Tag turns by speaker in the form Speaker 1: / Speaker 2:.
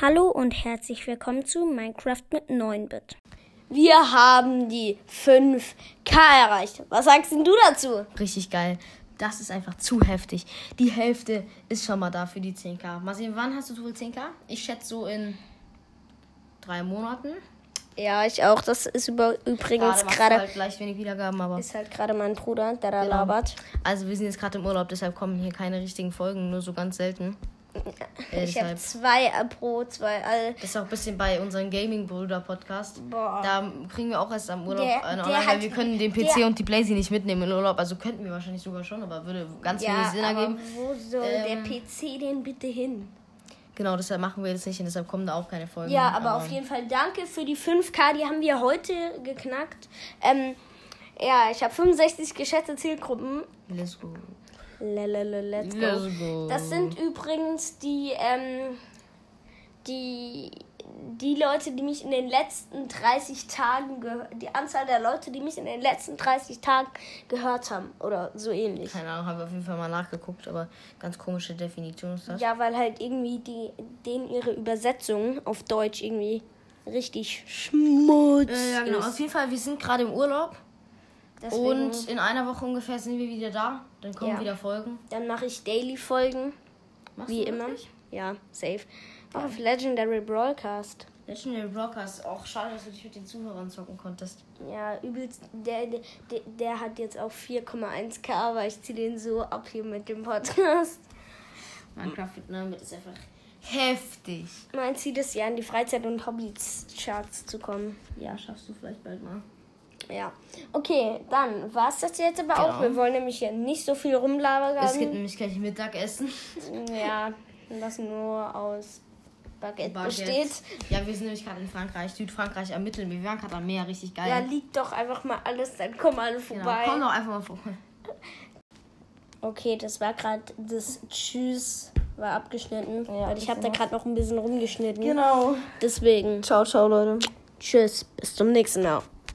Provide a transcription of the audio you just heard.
Speaker 1: Hallo und herzlich willkommen zu Minecraft mit 9-Bit.
Speaker 2: Wir haben die 5K erreicht. Was sagst denn du dazu?
Speaker 3: Richtig geil. Das ist einfach zu heftig. Die Hälfte ist schon mal da für die 10k. Mal sehen, wann hast du wohl 10k? Ich schätze so in drei Monaten.
Speaker 2: Ja, ich auch. Das ist über, übrigens
Speaker 3: Gerade machst du
Speaker 2: gerade.
Speaker 3: halt gleich wenig Wiedergaben, aber.
Speaker 2: Ist halt gerade mein Bruder, der da
Speaker 3: Genau.
Speaker 2: labert.
Speaker 3: Also wir sind jetzt gerade im Urlaub, deshalb kommen hier keine richtigen Folgen, nur so ganz selten. Äh,
Speaker 2: Ich habe
Speaker 3: deshalb.
Speaker 2: zwei äh, Pro, zwei. All.
Speaker 3: Das ist auch ein bisschen bei unserem Gaming-Bruder-Podcast.
Speaker 2: Boah.
Speaker 3: Da kriegen wir auch erst am Urlaub
Speaker 2: Der-
Speaker 3: eine
Speaker 2: der
Speaker 3: online,
Speaker 2: hat-
Speaker 3: weil wir können den PC und die Blazy nicht mitnehmen in den Urlaub. Also könnten wir wahrscheinlich sogar schon, aber würde ganz wenig
Speaker 2: ja,
Speaker 3: Sinn
Speaker 2: aber
Speaker 3: ergeben.
Speaker 2: wo soll
Speaker 3: Ähm,
Speaker 2: der PC denn bitte hin?
Speaker 3: Genau, deshalb machen wir das nicht und deshalb kommen da auch keine Folgen.
Speaker 2: Ja, aber, auf jeden Fall danke für die 5K, die haben wir heute geknackt. Ähm, ja, ich habe 65 geschätzte Zielgruppen.
Speaker 3: Fall. Let's go.
Speaker 2: Lelele, let's go.
Speaker 3: Let's go.
Speaker 2: Das sind übrigens die, ähm, die, die Leute, die mich in den letzten 30 Tagen gehört, die Anzahl der Leute, die mich in den letzten 30 Tagen gehört haben oder so ähnlich.
Speaker 3: Keine Ahnung, haben wir auf jeden Fall mal nachgeguckt, aber ganz komische Definition ist das.
Speaker 2: Ja, weil halt irgendwie die, denen ihre Übersetzung auf Deutsch irgendwie richtig schmutz
Speaker 3: Äh, ja, genau. Auf
Speaker 2: ist.
Speaker 3: jeden Fall, wir sind gerade im Urlaub
Speaker 2: Deswegen-
Speaker 3: und in einer Woche ungefähr sind wir wieder da. Dann kommen
Speaker 2: Ja.
Speaker 3: wieder Folgen.
Speaker 2: Dann mache ich Daily-Folgen,
Speaker 3: Machst
Speaker 2: wie
Speaker 3: du
Speaker 2: immer.
Speaker 3: wirklich?
Speaker 2: Ja, safe. Auf Legendary Broadcast.
Speaker 3: Legendary Broadcast. Auch schade, dass du dich mit den Zuhörern zocken konntest.
Speaker 2: Ja, übelst. Der, der, der- der hat jetzt auch 4,1k, aber ich ziehe den so ab hier mit dem Podcast.
Speaker 3: Minecraft mit Namen ist einfach heftig.
Speaker 2: Mein Ziel ist ja, in die Freizeit- und Hobby-Charts zu kommen.
Speaker 3: Ja, schaffst du vielleicht bald mal.
Speaker 2: Ja. Okay, dann war es das jetzt aber auch.
Speaker 3: Genau.
Speaker 2: Wir wollen nämlich hier nicht so viel rumlabern.
Speaker 3: Es gibt nämlich gleich Mittagessen.
Speaker 2: ja, das nur aus Baguette, besteht.
Speaker 3: Ja, wir sind nämlich gerade in Frankreich, Südfrankreich am Mittel. Wir waren gerade am Meer, richtig
Speaker 2: Ja,
Speaker 3: geil.
Speaker 2: liegt doch einfach mal alles, dann kommen alle vorbei.
Speaker 3: genau. Komm doch einfach mal vorbei.
Speaker 2: Okay, das war gerade das Tschüss war abgeschnitten.
Speaker 1: Ja,
Speaker 2: weil ich habe da gerade noch ein bisschen rumgeschnitten.
Speaker 1: Genau.
Speaker 2: Deswegen. Ciao, ciao, Leute. Tschüss, bis zum nächsten Mal.